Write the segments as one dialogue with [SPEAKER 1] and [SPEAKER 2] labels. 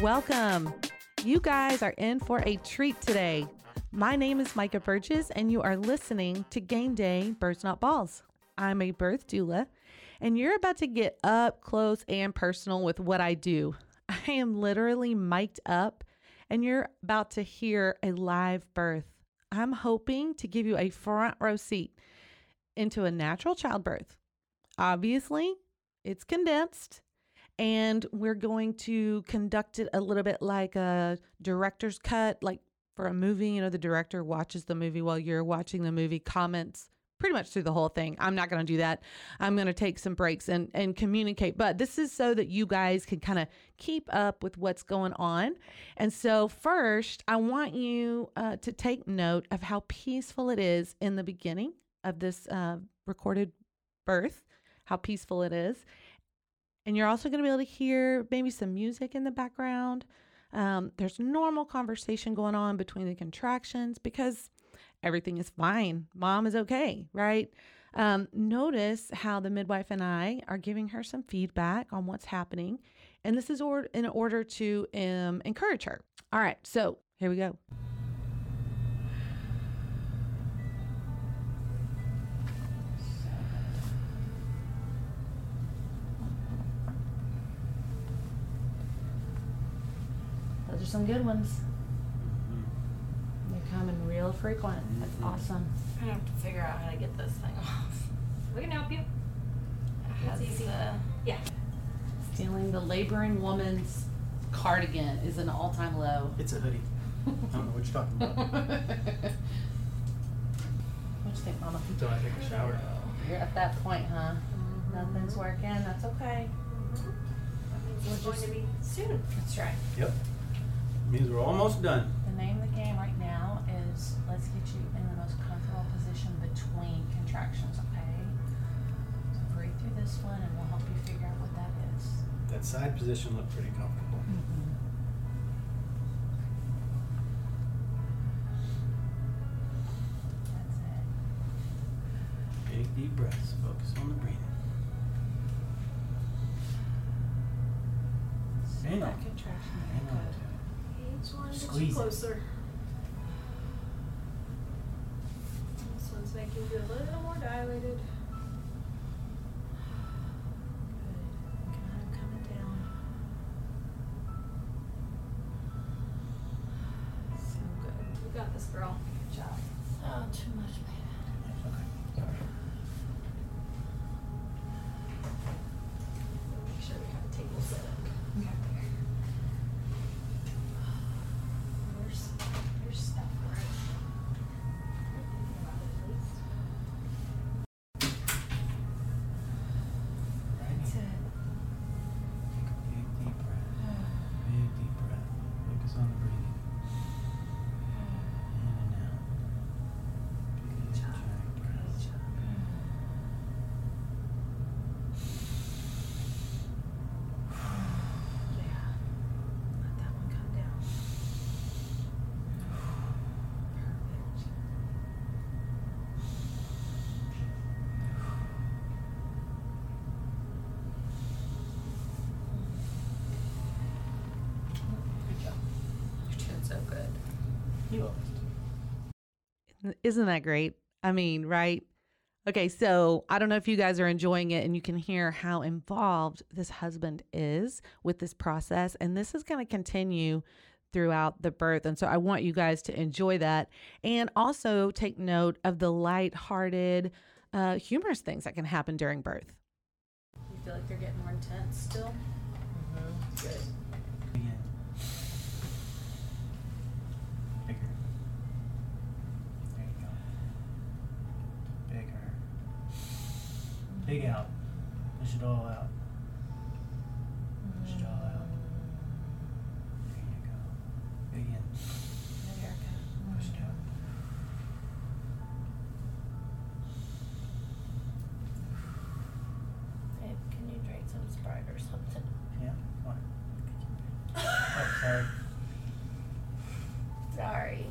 [SPEAKER 1] Welcome. You guys are in for a treat today. My name is Micah Burgess, and you are listening to Game Day Birds Not Balls. I'm a birth doula, and you're about to get up close and personal with what I do. I am literally mic'd up, and you're about to hear a live birth. I'm hoping to give you a front row seat into a natural childbirth. Obviously, it's condensed, and we're going to conduct it a little bit like a director's cut, like for a movie. You know, the director watches the movie while you're watching the movie, comments pretty much through the whole thing. I'm not going to do that. I'm going to take some breaks and and communicate. But this is so that you guys can kind of keep up with what's going on. And so first, I want you uh, to take note of how peaceful it is in the beginning of this uh, recorded birth. How peaceful it is. And you're also going to be able to hear maybe some music in the background. Um, there's normal conversation going on between the contractions because everything is fine. Mom is okay, right? Um, notice how the midwife and I are giving her some feedback on what's happening. And this is or- in order to um, encourage her. All right, so here we go. Those are some good ones. They're coming real frequent. That's awesome.
[SPEAKER 2] I have to figure out how to get this thing off.
[SPEAKER 3] We can help you.
[SPEAKER 2] That's easy.
[SPEAKER 3] Yeah.
[SPEAKER 1] Stealing the laboring woman's cardigan is an all time low.
[SPEAKER 4] It's a hoodie. I don't know what you're talking about.
[SPEAKER 1] What you think, Mama?
[SPEAKER 4] Until I take a shower.
[SPEAKER 1] You're at that point, huh?
[SPEAKER 3] Mm-hmm.
[SPEAKER 1] Nothing's working. That's okay.
[SPEAKER 3] It's going to be soon.
[SPEAKER 2] That's right.
[SPEAKER 4] Yep. Means we're almost done.
[SPEAKER 2] The name of the game right now is let's get you in the most comfortable position between contractions, okay? So breathe through this one and we'll help you figure out what that is.
[SPEAKER 4] That side position looked pretty comfortable.
[SPEAKER 2] That's it.
[SPEAKER 4] Big deep breaths. Focus on the breathing.
[SPEAKER 2] So
[SPEAKER 4] Hang
[SPEAKER 2] that
[SPEAKER 4] on.
[SPEAKER 2] contraction there
[SPEAKER 4] Hang
[SPEAKER 2] it
[SPEAKER 4] on
[SPEAKER 2] goes.
[SPEAKER 4] to
[SPEAKER 3] Each one gets
[SPEAKER 4] Squeeze it.
[SPEAKER 3] you closer. This one's making you a little more dilated.
[SPEAKER 2] Good. Kind of coming down. So good.
[SPEAKER 3] You got this, girl.
[SPEAKER 2] Good job. Oh, too much, man.
[SPEAKER 3] Make sure we have a table set up.
[SPEAKER 2] There's, there's stuff for it.
[SPEAKER 3] Thinking about it at least.
[SPEAKER 4] it. Right
[SPEAKER 2] That's
[SPEAKER 4] here.
[SPEAKER 2] it.
[SPEAKER 4] Big deep breath. Big deep breath. Focus on the breathing. In and out. Big
[SPEAKER 2] Good job.
[SPEAKER 4] contract
[SPEAKER 2] Good
[SPEAKER 4] breaths.
[SPEAKER 2] job. Yeah. Let that one come down. Perfect.
[SPEAKER 3] Good job. You're doing so good.
[SPEAKER 4] You lost.
[SPEAKER 1] Isn't that great? I mean, right? Okay, so I don't know if you guys are enjoying it and you can hear how involved this husband is with this process. And this is going to continue throughout the birth. And so I want you guys to enjoy that and also take note of the lighthearted, uh, humorous things that can happen during birth.
[SPEAKER 2] You feel like they're getting more intense still? Good.
[SPEAKER 4] Begin. Bigger. There you go. Big out. Push it all out. Push it all out. There you go. Big in. Push it out.
[SPEAKER 3] Babe, can you drink some Sprite or something?
[SPEAKER 4] Yeah. What? Oh, sorry.
[SPEAKER 3] Sorry.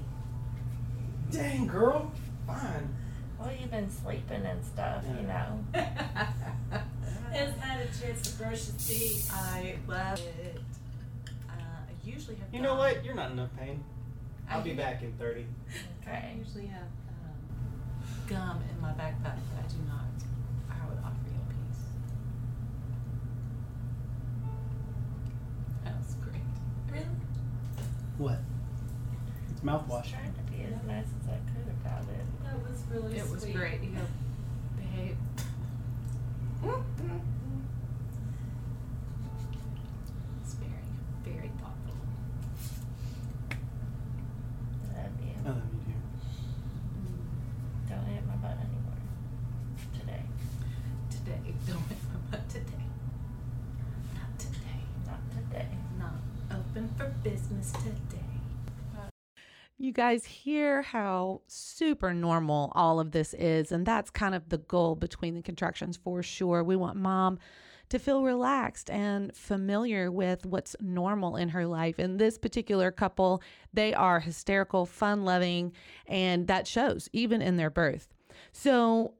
[SPEAKER 4] Dang, girl. Fine.
[SPEAKER 3] Well, you've been sleeping and stuff, you know.
[SPEAKER 5] Has had a chance to brush his teeth. I love it. Uh, I usually have.
[SPEAKER 4] You know
[SPEAKER 5] done-
[SPEAKER 4] what? You're not in enough pain. I'll
[SPEAKER 5] I
[SPEAKER 4] be
[SPEAKER 5] u-
[SPEAKER 4] back in 30.
[SPEAKER 5] I
[SPEAKER 3] Okay.
[SPEAKER 5] usually have um, gum in my backpack, but I do not. I would offer you a piece. That was great. Really?
[SPEAKER 4] What? It's
[SPEAKER 3] I was
[SPEAKER 4] mouthwash.
[SPEAKER 3] trying to be as nice as I could about it.
[SPEAKER 5] That was really it was
[SPEAKER 6] sweet.
[SPEAKER 5] great. You know, babe. It's very, very thoughtful.
[SPEAKER 3] Love
[SPEAKER 4] I
[SPEAKER 3] you.
[SPEAKER 4] love Oh, you, dear.
[SPEAKER 3] Don't hit my butt anymore. Today.
[SPEAKER 5] Today, don't hit my butt today. Not today.
[SPEAKER 3] Not today.
[SPEAKER 5] Not open for business today.
[SPEAKER 1] You guys hear how super normal all of this is, and that's kind of the goal between the contractions for sure. We want mom to feel relaxed and familiar with what's normal in her life. And this particular couple, they are hysterical, fun loving, and that shows even in their birth. So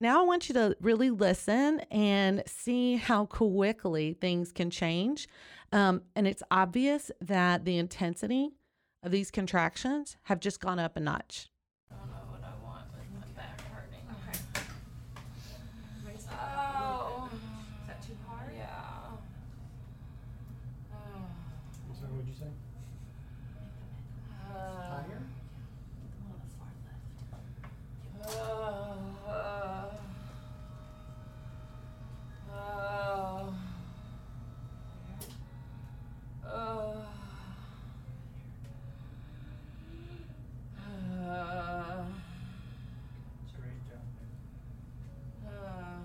[SPEAKER 1] now I want you to really listen and see how quickly things can change. Um, and it's obvious that the intensity of these contractions have just gone up a notch.
[SPEAKER 6] I don't know what I want with my back hurting.
[SPEAKER 5] Okay. Raise that up a little
[SPEAKER 6] Oh.
[SPEAKER 5] bit. Is that too hard?
[SPEAKER 6] Yeah. Oh.
[SPEAKER 4] I'm sorry, what'd you say?
[SPEAKER 6] Uh,
[SPEAKER 4] Higher?
[SPEAKER 5] A little far left.
[SPEAKER 6] Oh. Oh. Oh. Uh.
[SPEAKER 4] It's a great job.
[SPEAKER 6] Uh,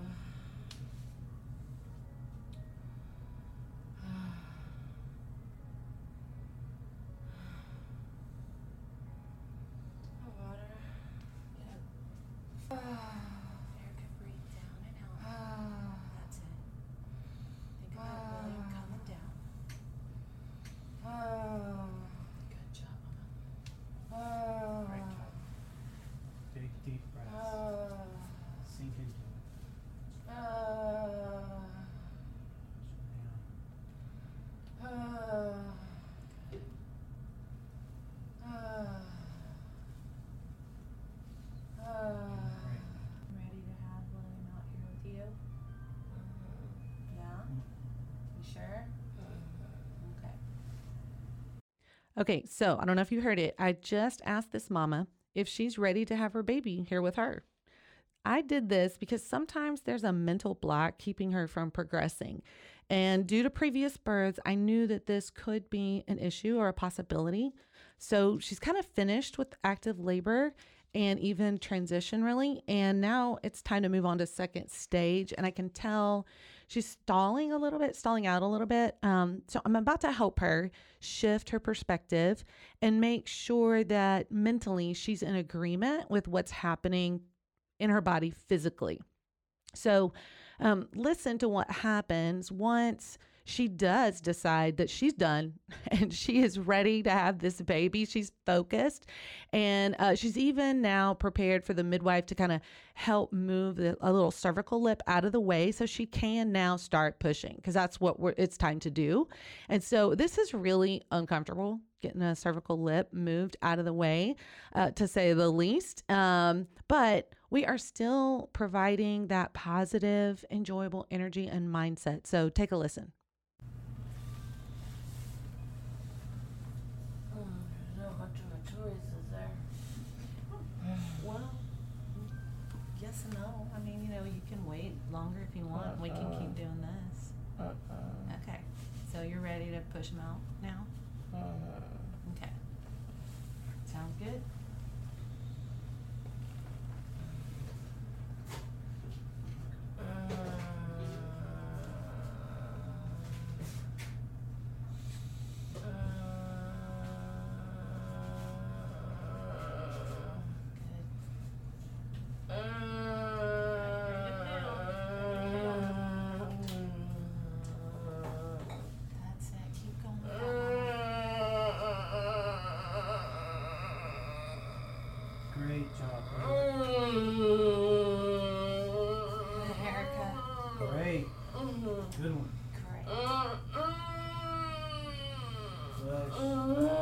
[SPEAKER 6] water. Yeah.
[SPEAKER 5] Erica, breathe down and out. That's it. Think about William coming down. Good job, Mama. Uh,
[SPEAKER 4] Great job. Big deep breaths.
[SPEAKER 5] uh,
[SPEAKER 4] Sink into it. Yeah.
[SPEAKER 5] I'm ready to have William out here with you. Yeah?
[SPEAKER 4] Mm.
[SPEAKER 5] You sure? Okay.
[SPEAKER 1] Okay, so I don't know if you heard it. I just asked this mama if she's ready to have her baby here with her. I did this because sometimes there's a mental block keeping her from progressing. And due to previous births, I knew that this could be an issue or a possibility. So she's kind of finished with active labor and even transition, really. And now it's time to move on to second stage. And I can tell she's stalling a little bit, stalling out a little bit. Um, so I'm about to help her shift her perspective and make sure that mentally she's in agreement with what's happening in her body physically. So, um, listen to what happens once she does decide that she's done and she is ready to have this baby. She's focused and uh, she's even now prepared for the midwife to kind of help move the, a little cervical lip out of the way so she can now start pushing because that's what we're, it's time to do. And so, this is really uncomfortable getting a cervical lip moved out of the way, uh, to say the least. Um, but we are still providing that positive, enjoyable energy and mindset. So take a listen.
[SPEAKER 3] There's not much of a choice, is there?
[SPEAKER 5] Well, yes and no. I mean, you know, you can wait longer if you want. We can keep doing this.
[SPEAKER 4] Uh,
[SPEAKER 3] Uh-uh.
[SPEAKER 5] Okay. So you're ready to push him out now?
[SPEAKER 3] Uh-uh.
[SPEAKER 4] uh.
[SPEAKER 5] Okay. Sounds good.
[SPEAKER 3] Uh,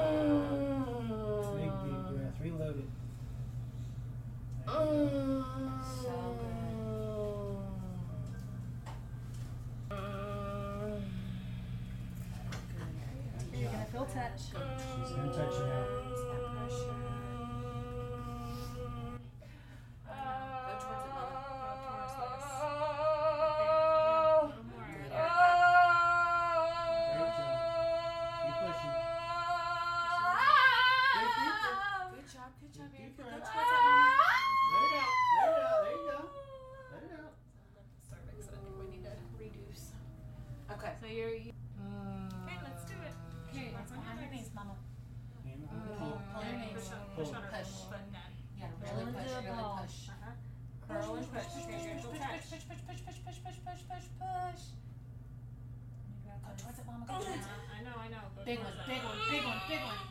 [SPEAKER 5] Uh,
[SPEAKER 3] touch it.
[SPEAKER 4] She's gonna touch you now.
[SPEAKER 3] It's that pressure.
[SPEAKER 5] Go towards it, mother. Go towards this.
[SPEAKER 3] There, no more air there.
[SPEAKER 5] Good job, good job,
[SPEAKER 4] Keep
[SPEAKER 5] Erica. Go
[SPEAKER 4] going.
[SPEAKER 5] towards that mama.
[SPEAKER 4] Let it out. Let it out. There you go. Let it out.
[SPEAKER 3] Cervix, I think we need to reduce.
[SPEAKER 5] Okay.
[SPEAKER 3] So you're, you,
[SPEAKER 5] Okay,
[SPEAKER 3] let's do it.
[SPEAKER 5] Okay.
[SPEAKER 3] That's
[SPEAKER 2] Behind your knees, mama.
[SPEAKER 4] Hand
[SPEAKER 5] Uh,
[SPEAKER 4] over. Pull.
[SPEAKER 5] pull your
[SPEAKER 3] push
[SPEAKER 5] knees.
[SPEAKER 3] on,
[SPEAKER 4] Pull.
[SPEAKER 3] push on her
[SPEAKER 2] Push.
[SPEAKER 3] foot then.
[SPEAKER 2] Yeah,
[SPEAKER 5] Push
[SPEAKER 2] really
[SPEAKER 5] into
[SPEAKER 2] push,
[SPEAKER 5] the
[SPEAKER 2] really
[SPEAKER 5] ball.
[SPEAKER 2] push.
[SPEAKER 3] Uh-huh.
[SPEAKER 2] Curl and push.
[SPEAKER 5] Push,
[SPEAKER 2] Okay,
[SPEAKER 5] push,
[SPEAKER 2] good.
[SPEAKER 5] push, push, push, push, push, push, push, push, push, push.
[SPEAKER 2] Go towards it, mama. Go
[SPEAKER 5] Go
[SPEAKER 2] towards it.
[SPEAKER 3] Yeah, I know, I know. but
[SPEAKER 2] Big one,
[SPEAKER 3] towards that.
[SPEAKER 2] big one, big one, big one.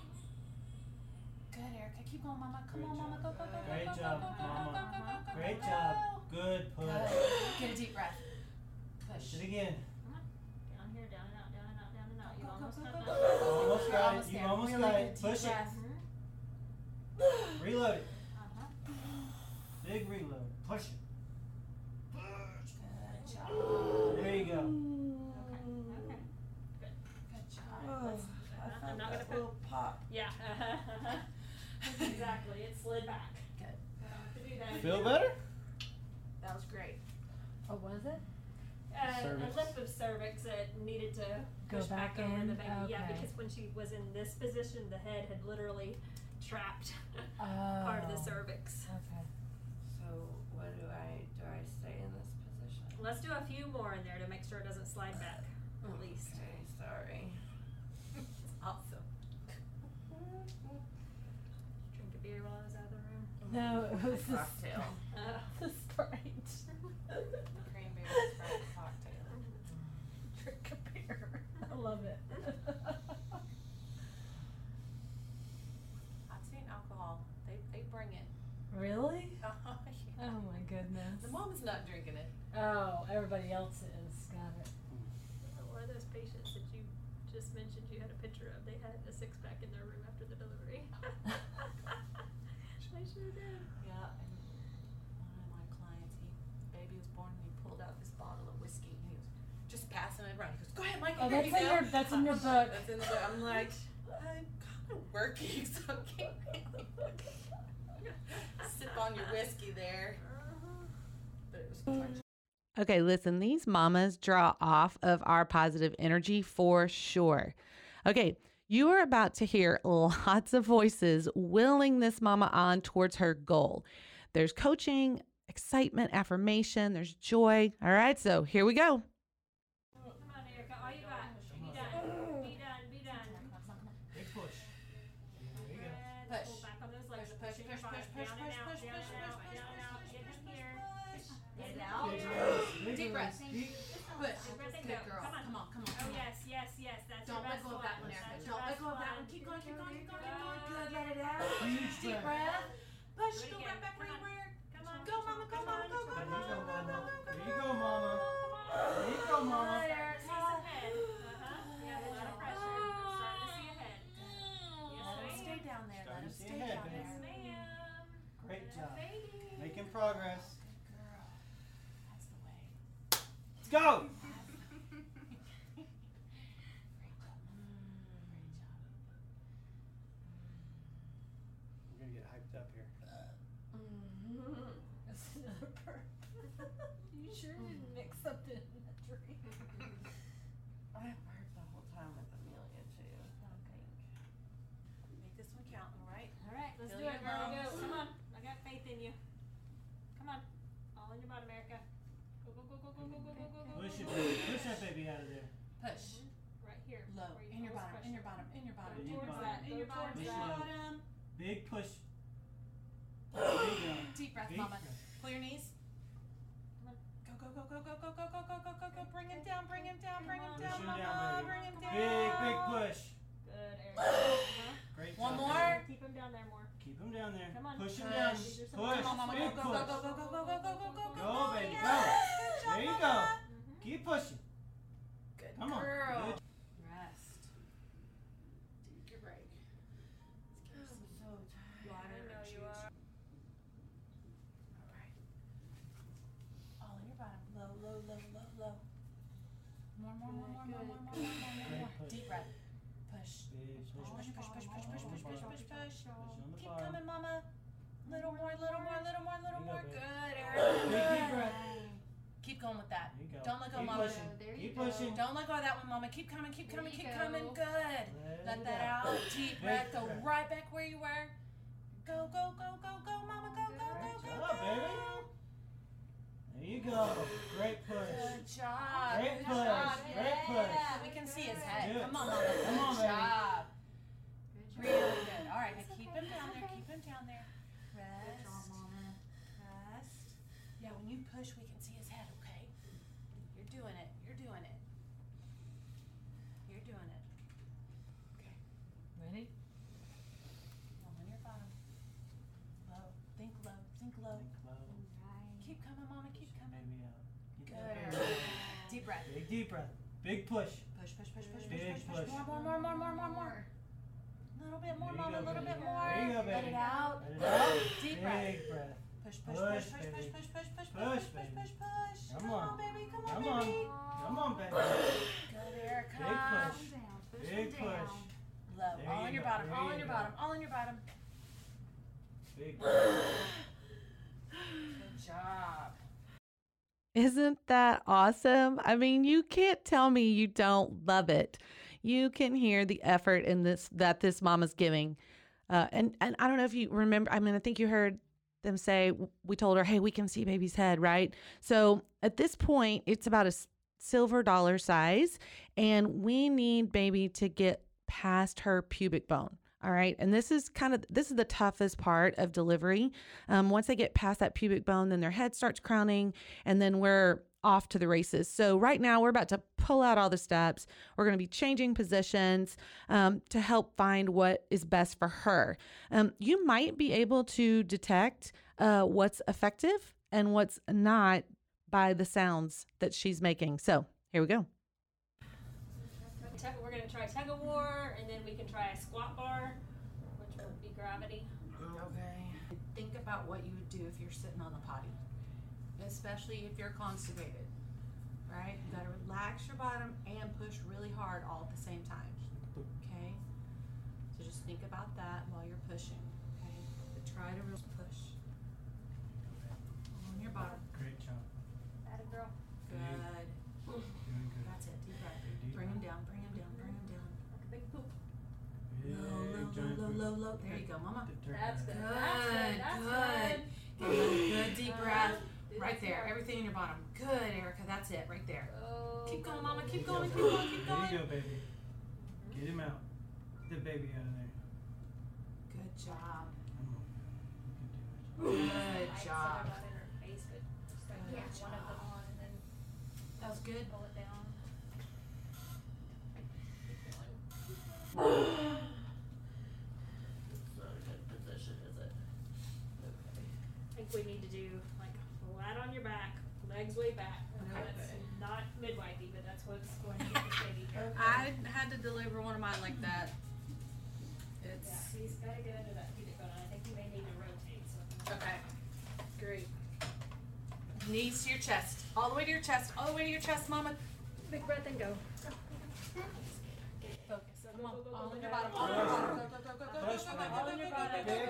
[SPEAKER 2] Good, Erica. Keep going, mama. Come
[SPEAKER 4] Great
[SPEAKER 2] on, mama.
[SPEAKER 4] job.
[SPEAKER 2] Go, go, go, go,
[SPEAKER 4] Great
[SPEAKER 2] go, go,
[SPEAKER 4] job, mama.
[SPEAKER 2] go, go, go, go, go, go, go,
[SPEAKER 4] Great
[SPEAKER 2] go.
[SPEAKER 4] job. Good push.
[SPEAKER 2] Good. Get a deep breath.
[SPEAKER 4] Push
[SPEAKER 2] Push.
[SPEAKER 4] it again.
[SPEAKER 3] Down here, down and out, down and out, down and out. You
[SPEAKER 2] Go, go, go,
[SPEAKER 3] almost
[SPEAKER 4] Almost got it. You almost
[SPEAKER 2] go, go, go, go. You're almost there. Really
[SPEAKER 3] got that.
[SPEAKER 4] got
[SPEAKER 2] good.
[SPEAKER 4] it.
[SPEAKER 2] Deep
[SPEAKER 4] Push it.
[SPEAKER 2] breath.
[SPEAKER 4] Reload it.
[SPEAKER 3] Uh-huh.
[SPEAKER 4] Big reload. Push it.
[SPEAKER 2] Good job.
[SPEAKER 4] There you go.
[SPEAKER 3] Okay, okay.
[SPEAKER 2] Good job.
[SPEAKER 3] Let's- I'm not gonna put.
[SPEAKER 4] pop.
[SPEAKER 3] Yeah. Exactly, it slid back.
[SPEAKER 2] Good.
[SPEAKER 3] I don't have to do that
[SPEAKER 4] Feel
[SPEAKER 3] again.
[SPEAKER 4] better?
[SPEAKER 3] That was great.
[SPEAKER 2] Oh, was it?
[SPEAKER 3] Uh,
[SPEAKER 4] Cervix.
[SPEAKER 3] a lip of cervix that needed to
[SPEAKER 2] Go
[SPEAKER 3] push back,
[SPEAKER 2] back
[SPEAKER 3] over the
[SPEAKER 2] in?
[SPEAKER 3] baby. Yeah,
[SPEAKER 2] Okay.
[SPEAKER 3] because when she was in this position, the head had literally trapped
[SPEAKER 2] Oh.
[SPEAKER 3] part of the cervix.
[SPEAKER 2] Okay.
[SPEAKER 5] So what do I do? I stay in this position.
[SPEAKER 3] Let's do a few more in there to make sure it doesn't slide back, at least.
[SPEAKER 5] Okay, sorry.
[SPEAKER 3] Awesome. Drink a beer while I was out of the room.
[SPEAKER 2] No, it was the
[SPEAKER 5] Cocktail.
[SPEAKER 3] Uh,
[SPEAKER 2] The Sprite.
[SPEAKER 7] Cranberry Sprite cocktail.
[SPEAKER 2] Drink a beer. I love it.
[SPEAKER 7] I've seen alcohol. They, they bring it.
[SPEAKER 2] really?
[SPEAKER 7] Oh,
[SPEAKER 2] Oh my goodness.
[SPEAKER 7] The mom's not drinking it.
[SPEAKER 2] Oh, everybody else is. Got it.
[SPEAKER 3] one of those patients that you just mentioned you had a picture of, they had a six pack in their room after the delivery. I sure did.
[SPEAKER 7] Yeah, and one of my clients, he baby was born and he pulled out this bottle of whiskey and he was just passing it around. He goes, "Go ahead, Michael.
[SPEAKER 2] Oh,
[SPEAKER 7] here
[SPEAKER 2] that's
[SPEAKER 7] you
[SPEAKER 2] in
[SPEAKER 7] go."
[SPEAKER 2] your that's in your book.
[SPEAKER 7] That's in the book. I'm like, I'm kind of working, so I can't really sip on your whiskey there. But it was fun.
[SPEAKER 1] Okay, listen, these mamas draw off of our positive energy for sure. Okay, you are about to hear lots of voices willing this mama on towards her goal. There's coaching, excitement, affirmation, there's joy. All right, so here we go.
[SPEAKER 3] Come on, Erica, all you got. Be done. Be done. Be done.
[SPEAKER 4] Big push. There you go.
[SPEAKER 3] Breath. Pull back on those legs.
[SPEAKER 7] Push,
[SPEAKER 3] Pushing your
[SPEAKER 7] push,
[SPEAKER 3] butt.
[SPEAKER 7] push, push,
[SPEAKER 3] Down and
[SPEAKER 7] push,
[SPEAKER 3] out.
[SPEAKER 7] push, push,
[SPEAKER 3] Down and out.
[SPEAKER 7] push,
[SPEAKER 3] Down and out. Get in here. Get it out.
[SPEAKER 4] Big push.
[SPEAKER 7] Deep breath.
[SPEAKER 4] Big-
[SPEAKER 7] Push.
[SPEAKER 3] Deep breath and
[SPEAKER 7] Good
[SPEAKER 3] go.
[SPEAKER 7] girl.
[SPEAKER 3] Come on.
[SPEAKER 7] Come on, come on,
[SPEAKER 3] Oh
[SPEAKER 7] come on.
[SPEAKER 3] yes, yes, yes. That's
[SPEAKER 7] Don't
[SPEAKER 3] your
[SPEAKER 7] let
[SPEAKER 3] best
[SPEAKER 7] go of
[SPEAKER 3] one.
[SPEAKER 7] that one, Erica.
[SPEAKER 3] That's
[SPEAKER 7] Don't
[SPEAKER 3] your
[SPEAKER 7] let
[SPEAKER 3] best
[SPEAKER 7] go of that one.
[SPEAKER 3] one.
[SPEAKER 7] Keep going, keep going, keep going, keep going.
[SPEAKER 3] Good.
[SPEAKER 7] Good, let it out.
[SPEAKER 4] Huge
[SPEAKER 7] Deep
[SPEAKER 4] breath.
[SPEAKER 7] breath. Push, go
[SPEAKER 3] Do it again.
[SPEAKER 7] right back where
[SPEAKER 3] Come
[SPEAKER 7] you
[SPEAKER 3] on.
[SPEAKER 7] were.
[SPEAKER 3] Come on.
[SPEAKER 7] Go, mama, go,
[SPEAKER 3] Come
[SPEAKER 7] mama,
[SPEAKER 3] on.
[SPEAKER 7] go, go,
[SPEAKER 4] There
[SPEAKER 7] go,
[SPEAKER 4] you go,
[SPEAKER 7] go, go, go, go, go.
[SPEAKER 4] mama. There you go, mama. There you go, mama.
[SPEAKER 3] Start to see some head. Uh-huh. Yeah, a lot of pressure. Starting
[SPEAKER 2] Let
[SPEAKER 3] to see a head.
[SPEAKER 2] him
[SPEAKER 3] Yes,
[SPEAKER 2] stay
[SPEAKER 3] ma'am.
[SPEAKER 2] down there. Let
[SPEAKER 4] Starting
[SPEAKER 2] him
[SPEAKER 4] to see
[SPEAKER 2] stay
[SPEAKER 4] ahead,
[SPEAKER 2] down
[SPEAKER 4] baby.
[SPEAKER 3] Yes,
[SPEAKER 2] there.
[SPEAKER 3] ma'am.
[SPEAKER 4] Great job.
[SPEAKER 3] Baby.
[SPEAKER 4] Making progress.
[SPEAKER 2] Girl. That's the way.
[SPEAKER 4] Let's go.
[SPEAKER 2] Great job. Great job.
[SPEAKER 4] We're gonna get hyped up here.
[SPEAKER 2] That's another burp. you sure didn't mix something in the drink.
[SPEAKER 5] I worked the whole time with Amelia too.
[SPEAKER 7] Make this one count, all right?
[SPEAKER 3] All right, let's
[SPEAKER 7] Feel
[SPEAKER 3] do
[SPEAKER 7] your
[SPEAKER 3] it, girl. Go.
[SPEAKER 7] lungs.
[SPEAKER 3] Come on. I got faith in you. Come on. All in your butt, America. Go, go, go, go, go, go, go, go, go, go.
[SPEAKER 4] Push it,
[SPEAKER 3] go,
[SPEAKER 4] baby.
[SPEAKER 3] go.
[SPEAKER 4] Push that baby out of there.
[SPEAKER 2] Push.
[SPEAKER 3] Right here.
[SPEAKER 2] Low.
[SPEAKER 3] where you
[SPEAKER 2] In your bottom.
[SPEAKER 3] always press
[SPEAKER 2] In
[SPEAKER 3] it.
[SPEAKER 2] your bottom. In your bottom.
[SPEAKER 4] In
[SPEAKER 3] Go
[SPEAKER 4] your
[SPEAKER 3] towards
[SPEAKER 4] bottom.
[SPEAKER 3] that.
[SPEAKER 2] In
[SPEAKER 3] Go
[SPEAKER 2] your
[SPEAKER 3] towards
[SPEAKER 2] bottom.
[SPEAKER 4] Push
[SPEAKER 3] that.
[SPEAKER 4] low.
[SPEAKER 2] Bottom.
[SPEAKER 4] Big push.
[SPEAKER 2] Deep breath,
[SPEAKER 4] Big
[SPEAKER 2] mama.
[SPEAKER 4] breath.
[SPEAKER 2] Pull your knees. Go, go, go, go, go, go, go, go, go, go, go, go. Bring him down, bring him down, bring him
[SPEAKER 3] Push
[SPEAKER 2] down,
[SPEAKER 4] him
[SPEAKER 2] mama.
[SPEAKER 4] down, baby.
[SPEAKER 2] Bring him down.
[SPEAKER 4] Big, big push.
[SPEAKER 3] Good, Erica. Uh-huh.
[SPEAKER 4] Great
[SPEAKER 2] One
[SPEAKER 4] job,
[SPEAKER 2] more.
[SPEAKER 4] baby.
[SPEAKER 3] Keep him down there more.
[SPEAKER 4] Keep him down there.
[SPEAKER 3] Come on.
[SPEAKER 4] Push him down.
[SPEAKER 3] Push.
[SPEAKER 4] Push.
[SPEAKER 3] Come
[SPEAKER 2] on, mama. Go,
[SPEAKER 4] Big
[SPEAKER 2] go,
[SPEAKER 4] push.
[SPEAKER 2] go, go, go, go, go, go, go, go,
[SPEAKER 4] Go,
[SPEAKER 2] go.
[SPEAKER 4] baby. Go.
[SPEAKER 2] Yes. Good job,
[SPEAKER 4] There you go.
[SPEAKER 2] mama.
[SPEAKER 3] Mm-hmm.
[SPEAKER 4] Keep pushing.
[SPEAKER 7] Good
[SPEAKER 4] Come on.
[SPEAKER 7] girl.
[SPEAKER 4] Good.
[SPEAKER 2] Rest.
[SPEAKER 7] Take your break.
[SPEAKER 5] I'm so tired.
[SPEAKER 7] Water or juice.
[SPEAKER 2] All right. All in your bottom. Low, low, low, low, low. More, more, more, more, more, more, more, more, more, more,
[SPEAKER 4] Good
[SPEAKER 2] more.
[SPEAKER 4] push.
[SPEAKER 2] Deep breath. Push.
[SPEAKER 4] Big push. push, push, push, push, push, push, push, push, push.
[SPEAKER 2] push.
[SPEAKER 4] on the
[SPEAKER 2] Keep
[SPEAKER 4] bottom.
[SPEAKER 2] coming, mama. Little more, little more, little more, little
[SPEAKER 4] There
[SPEAKER 2] more.
[SPEAKER 4] you go,
[SPEAKER 2] Good,
[SPEAKER 4] babe. Big
[SPEAKER 2] Eric.
[SPEAKER 4] deep breath.
[SPEAKER 2] Keep going with that.
[SPEAKER 4] There you go.
[SPEAKER 2] Don't let go,
[SPEAKER 4] Keep
[SPEAKER 2] mama.
[SPEAKER 4] pushing.
[SPEAKER 8] There you
[SPEAKER 4] Keep
[SPEAKER 8] go.
[SPEAKER 4] pushing.
[SPEAKER 2] Don't let go of that one, mama. Keep coming, keep
[SPEAKER 8] There
[SPEAKER 2] coming,
[SPEAKER 8] you
[SPEAKER 2] keep
[SPEAKER 8] go.
[SPEAKER 2] coming. Good. Let
[SPEAKER 4] it
[SPEAKER 2] that
[SPEAKER 4] out.
[SPEAKER 2] out. Deep breath. Go
[SPEAKER 4] breath.
[SPEAKER 2] right back where you were. Go, go, go, go, go, mama. Go, go,
[SPEAKER 4] Good
[SPEAKER 2] go, go.
[SPEAKER 4] job, baby. There you go. Great push.
[SPEAKER 2] Good job.
[SPEAKER 4] Great
[SPEAKER 2] Good
[SPEAKER 4] push.
[SPEAKER 2] job.
[SPEAKER 4] Great
[SPEAKER 8] Yeah.
[SPEAKER 4] push.
[SPEAKER 2] We can see his
[SPEAKER 8] Good.
[SPEAKER 2] head.
[SPEAKER 4] Good.
[SPEAKER 2] Come on, mama.
[SPEAKER 4] Come on,
[SPEAKER 2] Good
[SPEAKER 4] baby.
[SPEAKER 2] job.
[SPEAKER 8] Good
[SPEAKER 2] Really
[SPEAKER 8] job.
[SPEAKER 2] good. All right, now
[SPEAKER 8] It's
[SPEAKER 2] keep
[SPEAKER 8] okay,
[SPEAKER 2] him down
[SPEAKER 8] it's
[SPEAKER 2] there.
[SPEAKER 8] okay.
[SPEAKER 2] Keep him down there.
[SPEAKER 8] Good job,
[SPEAKER 2] Rest.
[SPEAKER 8] Mama.
[SPEAKER 2] Rest. Yeah, when you push, we can see his head, okay? You're doing it. You're doing it. You're doing it.
[SPEAKER 5] Ready?
[SPEAKER 2] Now on your bottom. Low. Think low. Think low.
[SPEAKER 4] Think low.
[SPEAKER 8] Right.
[SPEAKER 2] Keep coming, mama. Keep
[SPEAKER 4] Push
[SPEAKER 2] coming.
[SPEAKER 4] your baby out. Get that
[SPEAKER 2] Good.
[SPEAKER 4] baby
[SPEAKER 2] Deep breath.
[SPEAKER 4] uh, out. Big deep breath. Big push.
[SPEAKER 2] Push, push, push, push,
[SPEAKER 4] Big
[SPEAKER 2] push, push, push.
[SPEAKER 4] push.
[SPEAKER 2] More, more, more, more, more, more, more. Little bit more,
[SPEAKER 4] There you
[SPEAKER 2] mama.
[SPEAKER 4] go,
[SPEAKER 2] little
[SPEAKER 4] baby.
[SPEAKER 2] bit more.
[SPEAKER 4] There you go,
[SPEAKER 2] Let
[SPEAKER 4] baby.
[SPEAKER 2] it
[SPEAKER 4] Let
[SPEAKER 2] out.
[SPEAKER 4] it out.
[SPEAKER 2] Deep breath.
[SPEAKER 4] Big breath.
[SPEAKER 2] Push, push, push,
[SPEAKER 4] Push,
[SPEAKER 2] push, push,
[SPEAKER 4] baby.
[SPEAKER 2] push, push, push, push,
[SPEAKER 4] Push,
[SPEAKER 2] push,
[SPEAKER 4] baby.
[SPEAKER 2] push, push.
[SPEAKER 4] Come
[SPEAKER 2] Come
[SPEAKER 4] on.
[SPEAKER 2] on, baby. Come on,
[SPEAKER 4] Come on.
[SPEAKER 2] baby.
[SPEAKER 4] Come on, baby.
[SPEAKER 2] Good, Erica.
[SPEAKER 4] Big push.
[SPEAKER 8] Push him down. Push
[SPEAKER 4] Big
[SPEAKER 8] him down.
[SPEAKER 4] push.
[SPEAKER 2] Low.
[SPEAKER 4] There
[SPEAKER 2] all
[SPEAKER 4] you
[SPEAKER 2] on your
[SPEAKER 4] go,
[SPEAKER 2] bottom.
[SPEAKER 4] there
[SPEAKER 2] All
[SPEAKER 4] you
[SPEAKER 2] on your
[SPEAKER 4] go.
[SPEAKER 2] bottom. All on your bottom.
[SPEAKER 4] Big breath.
[SPEAKER 2] Good job.
[SPEAKER 1] Isn't that awesome? I mean, you can't tell me you don't love it. You can hear the effort in this that this mom is giving. Uh, and and I don't know if you remember. I mean, I think you heard them say we told her, "Hey, we can see baby's head," right? So at this point, it's about a s- silver dollar size, and we need baby to get past her pubic bone. All right, and this is kind of this is the toughest part of delivery. Um, once they get past that pubic bone, then their head starts crowning, and then we're off to the races. So right now we're about to pull out all the steps. We're going to be changing positions um, to help find what is best for her. Um, you might be able to detect uh, what's effective and what's not by the sounds that she's making. So here we go.
[SPEAKER 3] Tug- We're gonna try tug of war, and then we can try a squat bar, which would be gravity.
[SPEAKER 5] Okay. Think about what you would do if you're sitting on the potty, especially if you're constipated. Right? You gotta relax your bottom and push really hard all at the same time. Okay? So just think about that while you're pushing. Okay? But try to really push. On your bottom.
[SPEAKER 4] Great job.
[SPEAKER 3] Atta girl.
[SPEAKER 5] Good.
[SPEAKER 4] Doing good.
[SPEAKER 5] That's it. Deep breath.
[SPEAKER 4] Big deep
[SPEAKER 5] Bring him down, bring him down, bring him down.
[SPEAKER 3] Like a big poop.
[SPEAKER 4] breath.
[SPEAKER 5] Low, low, low, low, low, low. There you go, mama.
[SPEAKER 3] That's good.
[SPEAKER 5] Good,
[SPEAKER 3] That's good. That's
[SPEAKER 5] good. Good, good deep
[SPEAKER 3] Uh-huh.
[SPEAKER 5] breath.
[SPEAKER 3] Do
[SPEAKER 5] Right
[SPEAKER 3] this
[SPEAKER 5] there,
[SPEAKER 3] more.
[SPEAKER 5] everything in your bottom. Good, Erica, that's it, right there.
[SPEAKER 3] Go,
[SPEAKER 5] Keep
[SPEAKER 3] go,
[SPEAKER 5] going, mama,
[SPEAKER 3] go.
[SPEAKER 5] keep going, keep going, keep
[SPEAKER 4] There you
[SPEAKER 5] going.
[SPEAKER 4] go, baby. Get him out. Get the baby out of there.
[SPEAKER 5] Good job.
[SPEAKER 4] Come on. You can do
[SPEAKER 5] Good
[SPEAKER 3] Lights that
[SPEAKER 5] job.
[SPEAKER 3] are not in her face, but just like
[SPEAKER 5] Good
[SPEAKER 3] put one of them on and then
[SPEAKER 5] That was good.
[SPEAKER 3] pull it down. Keep going.
[SPEAKER 6] It's not a good position, is it? Okay.
[SPEAKER 3] I think we need to do like flat on your back, legs way back. I know that's
[SPEAKER 5] Okay.
[SPEAKER 3] not midwifey, but that's what's going to be for baby. Yeah,
[SPEAKER 5] I had to deliver one of mine like that. It's,
[SPEAKER 3] he's got to get under that pubic bone. and I think he may need to rotate. So
[SPEAKER 5] okay, great. Knees to your chest, all the way to your chest, all the way to your chest, mama.
[SPEAKER 3] big breath and go.
[SPEAKER 5] Focus,
[SPEAKER 3] So
[SPEAKER 5] come on,
[SPEAKER 3] go, go, go,
[SPEAKER 5] all
[SPEAKER 3] go,
[SPEAKER 5] in
[SPEAKER 3] go,
[SPEAKER 5] your bottom,
[SPEAKER 3] go,
[SPEAKER 5] all in your
[SPEAKER 3] go,
[SPEAKER 5] bottom.
[SPEAKER 3] go,
[SPEAKER 5] Go, go, go, go,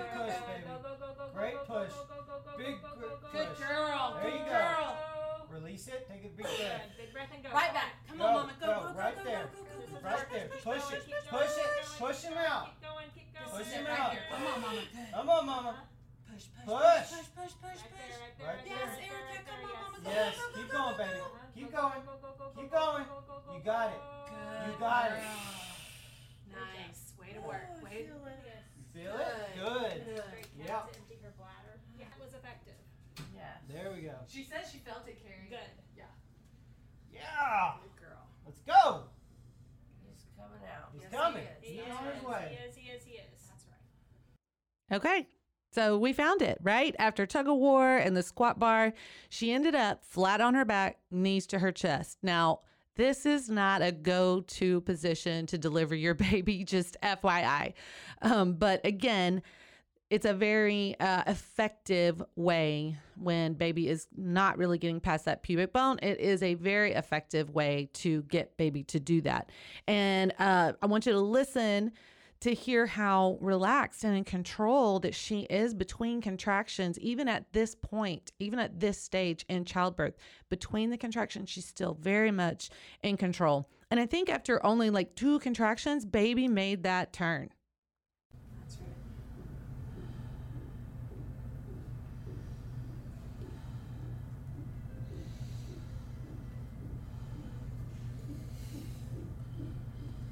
[SPEAKER 5] go, go, go, go, go, go, go, go, go, go, go.
[SPEAKER 4] Push, baby. Big push, baby.
[SPEAKER 3] Go, go, go, go, go,
[SPEAKER 4] Great
[SPEAKER 3] go, go,
[SPEAKER 4] push.
[SPEAKER 3] go, go, go, go,
[SPEAKER 4] Big
[SPEAKER 3] go, go,
[SPEAKER 4] gr-
[SPEAKER 3] go,
[SPEAKER 4] Good
[SPEAKER 3] go.
[SPEAKER 5] girl,
[SPEAKER 4] There you
[SPEAKER 3] Go.
[SPEAKER 4] go.
[SPEAKER 3] Go.
[SPEAKER 4] it. Release it. Take a big
[SPEAKER 3] Good.
[SPEAKER 4] breath.
[SPEAKER 3] Big breath and go.
[SPEAKER 5] Right back. Come on,
[SPEAKER 4] Go,
[SPEAKER 5] mama. Go,
[SPEAKER 4] go,
[SPEAKER 5] go, go,
[SPEAKER 4] right
[SPEAKER 5] go,
[SPEAKER 4] there.
[SPEAKER 5] go, go, go, go,
[SPEAKER 4] Right there. Push it. Push it. Push him out.
[SPEAKER 3] Keep going, keep going.
[SPEAKER 4] Push
[SPEAKER 5] Sit
[SPEAKER 4] him
[SPEAKER 5] right
[SPEAKER 4] out.
[SPEAKER 5] here. Come on, mama. Good.
[SPEAKER 4] Come on, mama.
[SPEAKER 5] Push, push,
[SPEAKER 4] Push.
[SPEAKER 5] push, push, push,
[SPEAKER 3] Right there,
[SPEAKER 5] push.
[SPEAKER 3] right there,
[SPEAKER 4] Right
[SPEAKER 3] right
[SPEAKER 4] there.
[SPEAKER 5] Yes, Erica, come on, mama.
[SPEAKER 3] there, right there, right there, yes.
[SPEAKER 5] Go,
[SPEAKER 4] Yes.
[SPEAKER 5] go, go,
[SPEAKER 4] Keep
[SPEAKER 5] go,
[SPEAKER 4] going,
[SPEAKER 5] go,
[SPEAKER 4] baby.
[SPEAKER 5] go.
[SPEAKER 4] Keep going. Keep going. You got it.
[SPEAKER 5] Good.
[SPEAKER 4] You got it.
[SPEAKER 5] girl. Nice. Way to work. Way to
[SPEAKER 3] Yes.
[SPEAKER 4] You feel it? Good.
[SPEAKER 5] Good.
[SPEAKER 3] Great.
[SPEAKER 4] Yeah.
[SPEAKER 3] To empty her bladder. Yeah, it was effective.
[SPEAKER 5] Yes.
[SPEAKER 4] There we go.
[SPEAKER 5] She said she felt it, Carrie.
[SPEAKER 3] Good.
[SPEAKER 4] Yeah.
[SPEAKER 5] Good girl.
[SPEAKER 4] Let's go.
[SPEAKER 6] He's coming out.
[SPEAKER 4] He's
[SPEAKER 5] Yes, he
[SPEAKER 4] coming.
[SPEAKER 5] is.
[SPEAKER 4] He's
[SPEAKER 3] He
[SPEAKER 4] on his
[SPEAKER 3] is,
[SPEAKER 4] way.
[SPEAKER 3] He is. He is. He is.
[SPEAKER 5] That's right.
[SPEAKER 1] Okay. So we found it, right? After tug of war and the squat bar, she ended up flat on her back, knees to her chest. Now, this is not a go to position to deliver your baby, just FYI. Um, but again, it's a very uh, effective way when baby is not really getting past that pubic bone. It is a very effective way to get baby to do that. And uh, I want you to listen to hear how relaxed and in control that she is between contractions, even at this point, even at this stage in childbirth, between the contractions, she's still very much in control. And I think after only like two contractions, baby made that turn.
[SPEAKER 5] That's right.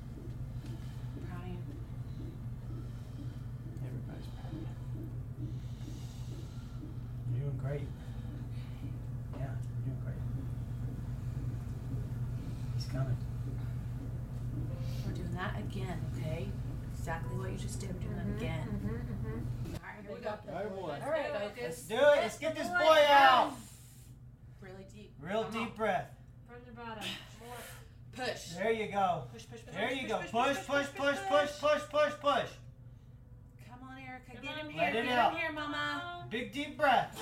[SPEAKER 5] Proud of you.
[SPEAKER 4] Everybody's proud of you. You're doing great. Yeah, you're doing great. He's coming.
[SPEAKER 5] We're doing that again, okay? Exactly what you just did. We're doing that again. All right, here we go. All right,
[SPEAKER 4] Let's
[SPEAKER 5] focus.
[SPEAKER 4] do it. Let's get this boy out.
[SPEAKER 5] Really deep.
[SPEAKER 4] Real
[SPEAKER 5] Come
[SPEAKER 4] deep
[SPEAKER 5] on.
[SPEAKER 4] breath.
[SPEAKER 3] From the bottom. More.
[SPEAKER 5] Push.
[SPEAKER 4] There you go.
[SPEAKER 5] Push, push, push.
[SPEAKER 4] There
[SPEAKER 5] push,
[SPEAKER 4] you go.
[SPEAKER 5] push,
[SPEAKER 4] Push, push, push, push, push, push, push.
[SPEAKER 5] Come on, Erica.
[SPEAKER 3] Come
[SPEAKER 5] Get
[SPEAKER 3] on,
[SPEAKER 5] him
[SPEAKER 4] let
[SPEAKER 5] here.
[SPEAKER 4] it
[SPEAKER 5] Get
[SPEAKER 4] out.
[SPEAKER 5] him here, Mama.
[SPEAKER 4] Big deep breath.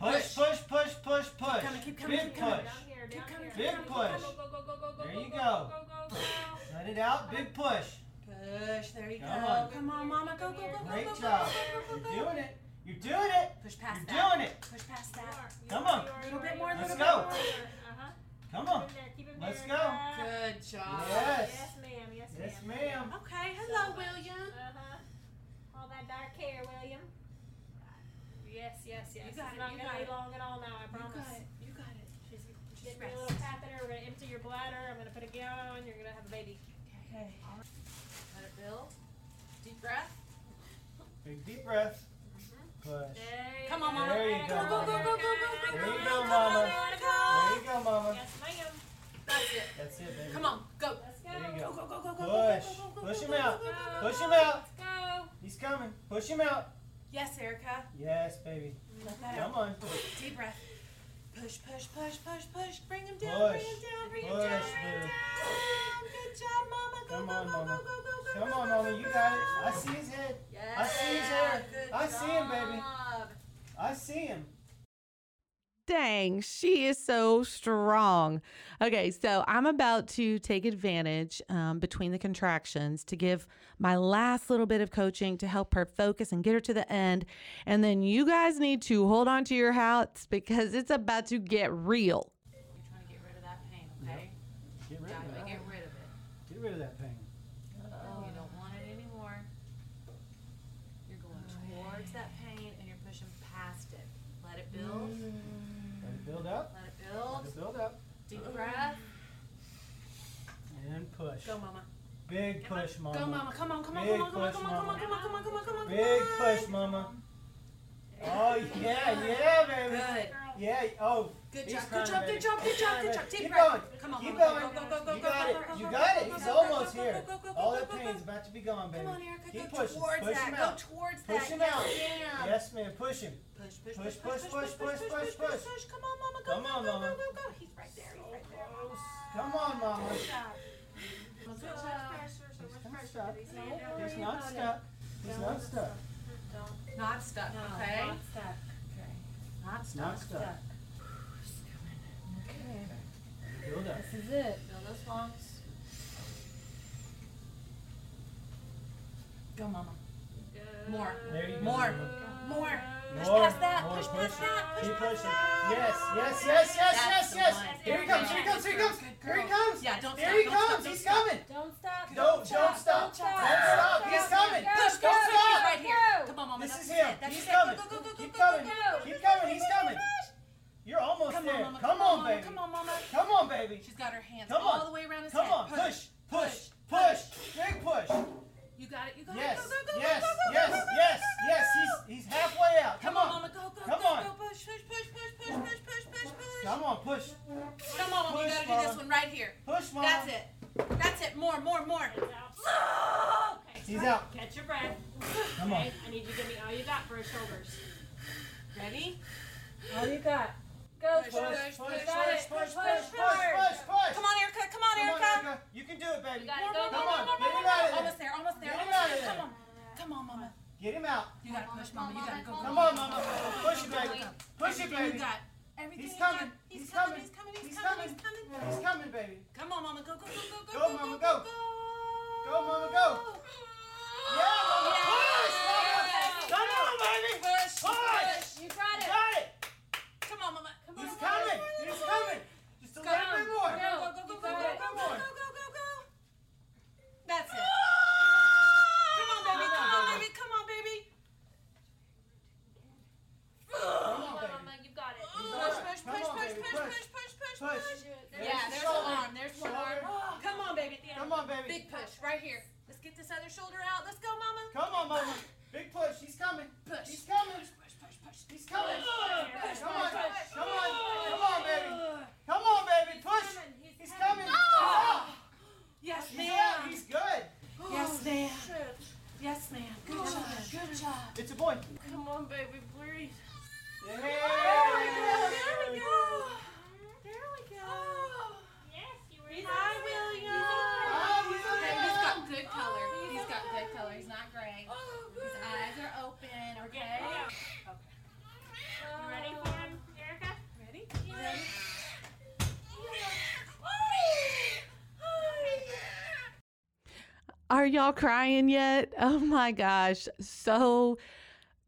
[SPEAKER 4] Push,
[SPEAKER 5] Push.
[SPEAKER 4] push, push, push, push.
[SPEAKER 5] coming, keep coming,
[SPEAKER 4] Big
[SPEAKER 5] keep coming.
[SPEAKER 4] push.
[SPEAKER 3] Down here,
[SPEAKER 5] Keep
[SPEAKER 3] down
[SPEAKER 5] coming,
[SPEAKER 3] here.
[SPEAKER 4] keep
[SPEAKER 3] Go,
[SPEAKER 4] coming.
[SPEAKER 3] Go, go, go, go, go, go,
[SPEAKER 4] There you
[SPEAKER 3] go,
[SPEAKER 4] go.
[SPEAKER 3] Go, go, go.
[SPEAKER 4] Let it out. Big push.
[SPEAKER 5] Push. There you go.
[SPEAKER 4] Come on.
[SPEAKER 5] Come on, Mama. Go, go, go, go,
[SPEAKER 4] Great
[SPEAKER 5] go, go,
[SPEAKER 4] job.
[SPEAKER 5] go, go, go,
[SPEAKER 4] You're
[SPEAKER 5] go.
[SPEAKER 4] doing it. You're doing it.
[SPEAKER 5] Push
[SPEAKER 4] You're
[SPEAKER 5] past that.
[SPEAKER 4] doing it.
[SPEAKER 5] Push past that.
[SPEAKER 4] Come on.
[SPEAKER 5] A little bit more, a
[SPEAKER 4] Let's
[SPEAKER 5] little bit
[SPEAKER 4] go.
[SPEAKER 5] more.
[SPEAKER 3] Uh-huh.
[SPEAKER 4] Come on.
[SPEAKER 3] Keep him there, keep him
[SPEAKER 4] Let's
[SPEAKER 3] there.
[SPEAKER 4] go.
[SPEAKER 3] Yeah.
[SPEAKER 5] Good job.
[SPEAKER 4] Yes.
[SPEAKER 3] Yes, ma'am. Yes,
[SPEAKER 4] Yes,
[SPEAKER 3] ma'am.
[SPEAKER 4] ma'am.
[SPEAKER 5] Okay. Hello, William.
[SPEAKER 3] Uh-huh. All that dark hair, William. Yes, yes, yes.
[SPEAKER 5] You got
[SPEAKER 3] it's
[SPEAKER 5] it,
[SPEAKER 3] not
[SPEAKER 5] you
[SPEAKER 3] gonna
[SPEAKER 5] got
[SPEAKER 3] be
[SPEAKER 5] it.
[SPEAKER 3] long at all now, I promise.
[SPEAKER 5] You got it.
[SPEAKER 3] She's
[SPEAKER 5] Just
[SPEAKER 3] getting me a
[SPEAKER 5] rest.
[SPEAKER 3] little catheter, we're gonna empty your bladder, I'm gonna put a gown on, you're gonna have a baby.
[SPEAKER 5] Okay. Let it build. Deep breath.
[SPEAKER 4] Big deep breath. Push.
[SPEAKER 3] There
[SPEAKER 5] Come on, Mama.
[SPEAKER 4] There you
[SPEAKER 5] Go, go, go, go, go, go, go.
[SPEAKER 4] There you
[SPEAKER 5] go,
[SPEAKER 4] go,
[SPEAKER 5] go,
[SPEAKER 4] Mama.
[SPEAKER 5] go,
[SPEAKER 4] There
[SPEAKER 5] go.
[SPEAKER 4] you go, mama.
[SPEAKER 3] Yes, ma'am.
[SPEAKER 5] That's it.
[SPEAKER 4] That's it, baby.
[SPEAKER 5] Come on. Go.
[SPEAKER 3] Let's go.
[SPEAKER 4] There you go.
[SPEAKER 5] Go, go, go, go, go, go.
[SPEAKER 4] Push.
[SPEAKER 5] go, go, go, go,
[SPEAKER 4] Push him
[SPEAKER 5] go,
[SPEAKER 4] out.
[SPEAKER 5] go, go, go,
[SPEAKER 4] Push
[SPEAKER 5] go.
[SPEAKER 4] him out.
[SPEAKER 3] Let's go.
[SPEAKER 4] He's coming. Push him out.
[SPEAKER 5] Yes, Erica.
[SPEAKER 4] Yes, baby.
[SPEAKER 5] Let that
[SPEAKER 4] Come
[SPEAKER 5] out.
[SPEAKER 4] on.
[SPEAKER 5] Deep breath. Push, push, push, push, push. Bring him down. Bring him
[SPEAKER 4] Push.
[SPEAKER 5] down. Bring him
[SPEAKER 4] Push,
[SPEAKER 5] down. Bring him
[SPEAKER 4] boo.
[SPEAKER 5] down. Good job, Mama. Go,
[SPEAKER 4] Come
[SPEAKER 5] go,
[SPEAKER 4] on,
[SPEAKER 5] go,
[SPEAKER 4] Mama.
[SPEAKER 5] go, go, go, go,
[SPEAKER 4] Come
[SPEAKER 5] go,
[SPEAKER 4] on,
[SPEAKER 5] go,
[SPEAKER 4] mama.
[SPEAKER 5] go,
[SPEAKER 4] You
[SPEAKER 5] go.
[SPEAKER 4] got it. I see his head.
[SPEAKER 5] Yeah.
[SPEAKER 4] I see his hair.
[SPEAKER 5] Good
[SPEAKER 4] I see him, baby.
[SPEAKER 5] job.
[SPEAKER 4] I see him.
[SPEAKER 1] Dang, she is so strong. Okay, so I'm about to take advantage um, between the contractions to give my last little bit of coaching to help her focus and get her to the end. And then you guys need to hold on to your hats because it's about to get real.
[SPEAKER 5] You're trying to get rid of that pain, okay?
[SPEAKER 4] Get rid
[SPEAKER 5] Got
[SPEAKER 4] of
[SPEAKER 5] to
[SPEAKER 4] that.
[SPEAKER 5] get rid of it.
[SPEAKER 4] Get rid of that pain.
[SPEAKER 5] You don't want it anymore. You're going towards that pain and you're pushing past it. Let it build.
[SPEAKER 4] Let it build up.
[SPEAKER 5] Let it
[SPEAKER 4] Let
[SPEAKER 5] build.
[SPEAKER 4] it build up.
[SPEAKER 5] Deep breath.
[SPEAKER 4] And push.
[SPEAKER 5] Go, Mama.
[SPEAKER 4] Big
[SPEAKER 5] Come on.
[SPEAKER 4] push, mama.
[SPEAKER 5] Go, Mama. Come on, come on,
[SPEAKER 4] Big
[SPEAKER 5] come on, come on,
[SPEAKER 4] push,
[SPEAKER 5] come on, come on,
[SPEAKER 4] Mama.
[SPEAKER 5] come on, come on, come on, come on, come on.
[SPEAKER 4] Big push, mama. Oh yeah, yeah, baby.
[SPEAKER 5] Good.
[SPEAKER 4] Yeah. Oh.
[SPEAKER 5] Good
[SPEAKER 4] he's
[SPEAKER 5] job,
[SPEAKER 4] coming,
[SPEAKER 5] good job,
[SPEAKER 4] baby.
[SPEAKER 5] good job, good
[SPEAKER 4] He's
[SPEAKER 5] job,
[SPEAKER 4] coming,
[SPEAKER 5] good
[SPEAKER 4] baby.
[SPEAKER 5] job. Take
[SPEAKER 4] Keep
[SPEAKER 5] breath.
[SPEAKER 4] going.
[SPEAKER 5] Come on,
[SPEAKER 4] Keep
[SPEAKER 5] Mama.
[SPEAKER 4] going.
[SPEAKER 5] Go, go, go, go,
[SPEAKER 4] You
[SPEAKER 5] go,
[SPEAKER 4] got
[SPEAKER 5] go,
[SPEAKER 4] it.
[SPEAKER 5] go,
[SPEAKER 4] You
[SPEAKER 5] go,
[SPEAKER 4] got
[SPEAKER 5] go,
[SPEAKER 4] it.
[SPEAKER 5] go,
[SPEAKER 4] He's
[SPEAKER 5] go,
[SPEAKER 4] almost
[SPEAKER 5] go, go,
[SPEAKER 4] here.
[SPEAKER 5] go, go, go,
[SPEAKER 4] All
[SPEAKER 5] go,
[SPEAKER 4] that
[SPEAKER 5] go, go.
[SPEAKER 4] pain's about to be gone, baby.
[SPEAKER 5] Come on, Erica.
[SPEAKER 4] Keep
[SPEAKER 5] go
[SPEAKER 4] pushing.
[SPEAKER 5] towards
[SPEAKER 4] Push
[SPEAKER 5] that.
[SPEAKER 4] him
[SPEAKER 5] go
[SPEAKER 4] out.
[SPEAKER 5] towards
[SPEAKER 4] Push
[SPEAKER 5] that.
[SPEAKER 4] him
[SPEAKER 5] yes,
[SPEAKER 4] out.
[SPEAKER 5] ma'am.
[SPEAKER 4] Yes, ma'am. Push him.
[SPEAKER 5] Push, push,
[SPEAKER 4] Push,
[SPEAKER 5] push,
[SPEAKER 4] push, push, push, push, push.
[SPEAKER 5] Come on, Mama. Go,
[SPEAKER 4] Come on,
[SPEAKER 5] go, go,
[SPEAKER 4] Mama.
[SPEAKER 5] go, go, go. He's right there. He's right there. Mama.
[SPEAKER 4] Come on, mama.
[SPEAKER 5] Good job.
[SPEAKER 3] So
[SPEAKER 5] Good
[SPEAKER 3] much
[SPEAKER 5] job.
[SPEAKER 3] pressure, so
[SPEAKER 4] He's
[SPEAKER 3] much
[SPEAKER 4] not
[SPEAKER 3] pressure.
[SPEAKER 4] stuck.
[SPEAKER 3] He's not down
[SPEAKER 4] He's
[SPEAKER 3] there.
[SPEAKER 4] not stuck. He's not stuck.
[SPEAKER 5] Not stuck, okay?
[SPEAKER 3] Not stuck.
[SPEAKER 5] Not stuck.
[SPEAKER 4] Not stuck. Build up.
[SPEAKER 2] This is it.
[SPEAKER 5] Feel those lungs. Go, Mama. More.
[SPEAKER 4] There you go.
[SPEAKER 5] More.
[SPEAKER 4] mama.
[SPEAKER 5] More. Push
[SPEAKER 4] More,
[SPEAKER 5] past that.
[SPEAKER 4] more,
[SPEAKER 5] Push
[SPEAKER 4] push.
[SPEAKER 5] past that. Push
[SPEAKER 4] Keep
[SPEAKER 5] past
[SPEAKER 4] pushing.
[SPEAKER 5] that.
[SPEAKER 4] Yes, yes, yes, yes, yes,
[SPEAKER 5] That's the
[SPEAKER 4] yes.
[SPEAKER 5] one.
[SPEAKER 4] Here he comes, here he comes, here he comes.
[SPEAKER 5] Good
[SPEAKER 4] Here he
[SPEAKER 5] girl.
[SPEAKER 4] comes.
[SPEAKER 5] Yeah, don't
[SPEAKER 4] Here he
[SPEAKER 5] stop, don't stop,
[SPEAKER 4] comes.
[SPEAKER 5] don't
[SPEAKER 4] He's
[SPEAKER 5] stop.
[SPEAKER 4] coming.
[SPEAKER 3] Don't stop.
[SPEAKER 4] Don't, don't stop.
[SPEAKER 5] Don't
[SPEAKER 4] Don't stop. He's coming.
[SPEAKER 5] Push, push, push.
[SPEAKER 4] Don't
[SPEAKER 5] He's
[SPEAKER 4] stop.
[SPEAKER 5] right here.
[SPEAKER 3] Go.
[SPEAKER 5] Come on, Mama.
[SPEAKER 4] This
[SPEAKER 5] That's
[SPEAKER 4] is him.
[SPEAKER 5] it. That's
[SPEAKER 4] He's
[SPEAKER 5] it.
[SPEAKER 4] coming.
[SPEAKER 5] Go, go, go, go,
[SPEAKER 4] Keep
[SPEAKER 5] go,
[SPEAKER 4] coming.
[SPEAKER 5] go, go.
[SPEAKER 4] Keep coming. He's coming. You're almost
[SPEAKER 5] Come on,
[SPEAKER 4] there.
[SPEAKER 5] Mama.
[SPEAKER 4] Come on,
[SPEAKER 5] Mama.
[SPEAKER 4] baby.
[SPEAKER 5] Come on, Mama.
[SPEAKER 4] Come on, baby.
[SPEAKER 5] She's got her hands
[SPEAKER 4] Come
[SPEAKER 5] all
[SPEAKER 4] on.
[SPEAKER 5] the way around his
[SPEAKER 4] Come
[SPEAKER 5] head.
[SPEAKER 4] on. Push, push, push. Big push.
[SPEAKER 5] You got it. You got
[SPEAKER 4] Yes,
[SPEAKER 5] it. Go, go, go,
[SPEAKER 4] yes,
[SPEAKER 5] go, go, go, go,
[SPEAKER 4] yes,
[SPEAKER 5] go, go,
[SPEAKER 4] yes,
[SPEAKER 5] go,
[SPEAKER 4] yes.
[SPEAKER 5] go.
[SPEAKER 4] He's he's halfway out. Come on.
[SPEAKER 5] Mama. Go, go,
[SPEAKER 4] Come
[SPEAKER 5] go,
[SPEAKER 4] on.
[SPEAKER 5] go. Push, push, push, push, push, push, push, push, push.
[SPEAKER 4] Come on, push.
[SPEAKER 5] Come on, Mama. You
[SPEAKER 4] Push,
[SPEAKER 5] gotta do
[SPEAKER 4] Mama.
[SPEAKER 5] this one right here.
[SPEAKER 4] Push, mama.
[SPEAKER 5] That's it. That's it. More, more, more.
[SPEAKER 3] It's out. Okay,
[SPEAKER 4] He's out.
[SPEAKER 3] Catch your breath.
[SPEAKER 4] Come on.
[SPEAKER 3] Okay, I need you to give me all you got for his shoulders.
[SPEAKER 5] Ready?
[SPEAKER 3] All you got. Go,
[SPEAKER 4] Push, push,
[SPEAKER 3] shoulders.
[SPEAKER 4] push, push,
[SPEAKER 3] Got it.
[SPEAKER 4] push, push,
[SPEAKER 3] Push hard.
[SPEAKER 4] push, push.
[SPEAKER 5] Come on, Erica. Come on,
[SPEAKER 4] Come on,
[SPEAKER 5] Erica.
[SPEAKER 4] Erica. You can do it, baby.
[SPEAKER 3] You got it. Go, go,
[SPEAKER 4] Come
[SPEAKER 3] go,
[SPEAKER 4] on,
[SPEAKER 3] go, go,
[SPEAKER 4] get
[SPEAKER 3] go,
[SPEAKER 4] him out of there.
[SPEAKER 5] Almost there. Almost there.
[SPEAKER 4] Get him
[SPEAKER 5] Almost
[SPEAKER 4] out of
[SPEAKER 5] there.
[SPEAKER 4] there.
[SPEAKER 5] Come on. Come on, Mama.
[SPEAKER 4] Get him out.
[SPEAKER 5] You gotta push, Mama. You gotta go.
[SPEAKER 4] Come on, mama. Push it, baby. Push it,
[SPEAKER 5] Everything you
[SPEAKER 4] baby.
[SPEAKER 5] got. Everything
[SPEAKER 4] He's
[SPEAKER 5] you got.
[SPEAKER 4] coming.
[SPEAKER 5] He's
[SPEAKER 4] He's
[SPEAKER 5] coming.
[SPEAKER 4] coming.
[SPEAKER 5] He's coming. He's
[SPEAKER 4] He's
[SPEAKER 5] coming. He's
[SPEAKER 4] coming.
[SPEAKER 5] coming.
[SPEAKER 4] He's coming, baby.
[SPEAKER 5] Come on, Mama. Go, go, go, go,
[SPEAKER 4] Go,
[SPEAKER 5] go, go,
[SPEAKER 4] Mama, go.
[SPEAKER 5] go.
[SPEAKER 4] Go, mama, go. Yeah, mama, push, mama. Come on, baby.
[SPEAKER 5] Push,
[SPEAKER 4] Push.
[SPEAKER 5] push. You got
[SPEAKER 4] You
[SPEAKER 5] it.
[SPEAKER 4] got it.
[SPEAKER 5] Come on, mama. Come on.
[SPEAKER 4] He's
[SPEAKER 5] mama.
[SPEAKER 4] coming. He's coming. Just a
[SPEAKER 5] Go,
[SPEAKER 4] little bit more.
[SPEAKER 5] Go, go, go, go, go, go, go, go, go, go, go, go. That's it. Come on, baby. Come on, baby. Come on, baby.
[SPEAKER 4] Come on, baby.
[SPEAKER 8] Mama, you got it.
[SPEAKER 5] Push, push,
[SPEAKER 4] Come
[SPEAKER 5] push,
[SPEAKER 4] on,
[SPEAKER 5] push,
[SPEAKER 4] baby,
[SPEAKER 5] push,
[SPEAKER 4] push.
[SPEAKER 5] push, push, push,
[SPEAKER 4] Push.
[SPEAKER 5] push.
[SPEAKER 4] There's
[SPEAKER 5] Yeah,
[SPEAKER 4] the
[SPEAKER 5] there's
[SPEAKER 4] shoulder.
[SPEAKER 5] one arm. There's one
[SPEAKER 4] Shoulder.
[SPEAKER 5] arm. Come on, baby.
[SPEAKER 4] Come on, baby.
[SPEAKER 5] Big push right here. Let's get this other shoulder out. Let's go, mama.
[SPEAKER 4] Come on, mama. Big push. He's coming.
[SPEAKER 5] Push.
[SPEAKER 4] He's coming.
[SPEAKER 5] Push, push, push.
[SPEAKER 4] He's coming.
[SPEAKER 5] Push,
[SPEAKER 4] Come on.
[SPEAKER 5] push, push.
[SPEAKER 4] Come on. Come on, baby. Come on, baby. Push. He's coming. Oh,
[SPEAKER 5] Yes,
[SPEAKER 4] He's up.
[SPEAKER 5] ma'am.
[SPEAKER 4] He's good.
[SPEAKER 5] Yes, ma'am. Yes, ma'am. Good job. Good job.
[SPEAKER 4] It's a boy.
[SPEAKER 5] Come on, baby, please. Oh,
[SPEAKER 4] Yeah.
[SPEAKER 5] There we go. There we go.
[SPEAKER 3] Oh, Yes, you were.
[SPEAKER 5] He's
[SPEAKER 3] right.
[SPEAKER 4] Hi,
[SPEAKER 5] William.
[SPEAKER 8] Okay,
[SPEAKER 4] William.
[SPEAKER 8] he's got good color. He's got good color. He's not gray.
[SPEAKER 5] Oh,
[SPEAKER 3] Oh,
[SPEAKER 8] His eyes are open, okay?
[SPEAKER 3] You ready for him, Erica?
[SPEAKER 5] Ready?
[SPEAKER 1] Are y'all crying yet? Oh my gosh. So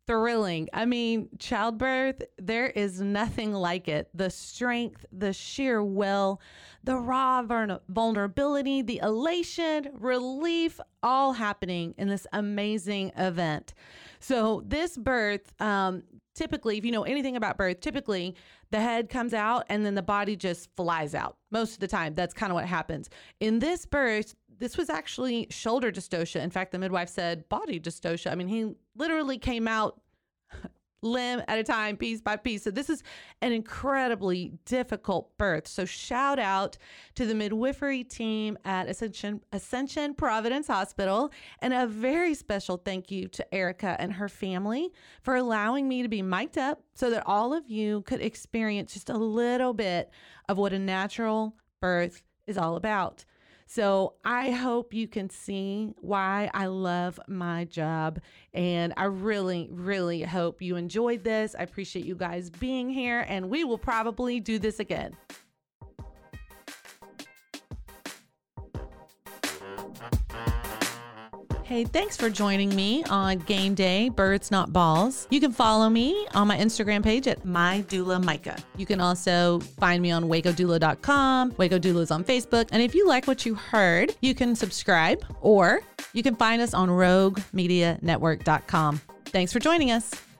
[SPEAKER 1] thrilling. I mean, childbirth, there is nothing like it. The strength, the sheer will, the raw vulner- vulnerability, the elation, relief, all happening in this amazing event. So, this birth, um, typically, if you know anything about birth, typically the head comes out and then the body just flies out. Most of the time, that's kind of what happens. In this birth, this was actually shoulder dystocia. In fact, the midwife said body dystocia. I mean, he literally came out limb at a time, piece by piece. So this is an incredibly difficult birth. So shout out to the midwifery team at Ascension Ascension Providence Hospital and a very special thank you to Erica and her family for allowing me to be mic'd up so that all of you could experience just a little bit of what a natural birth is all about. So I hope you can see why I love my job. And I really, really hope you enjoyed this. I appreciate you guys being here, and we will probably do this again. Hey, thanks for joining me on Game Day Birds Not Balls. You can follow me on my Instagram page at my doula Micah. You can also find me on wacodoula.com. Waco Doula is on Facebook. And if you like what you heard, you can subscribe or you can find us on roguemedianetwork.com. Thanks for joining us.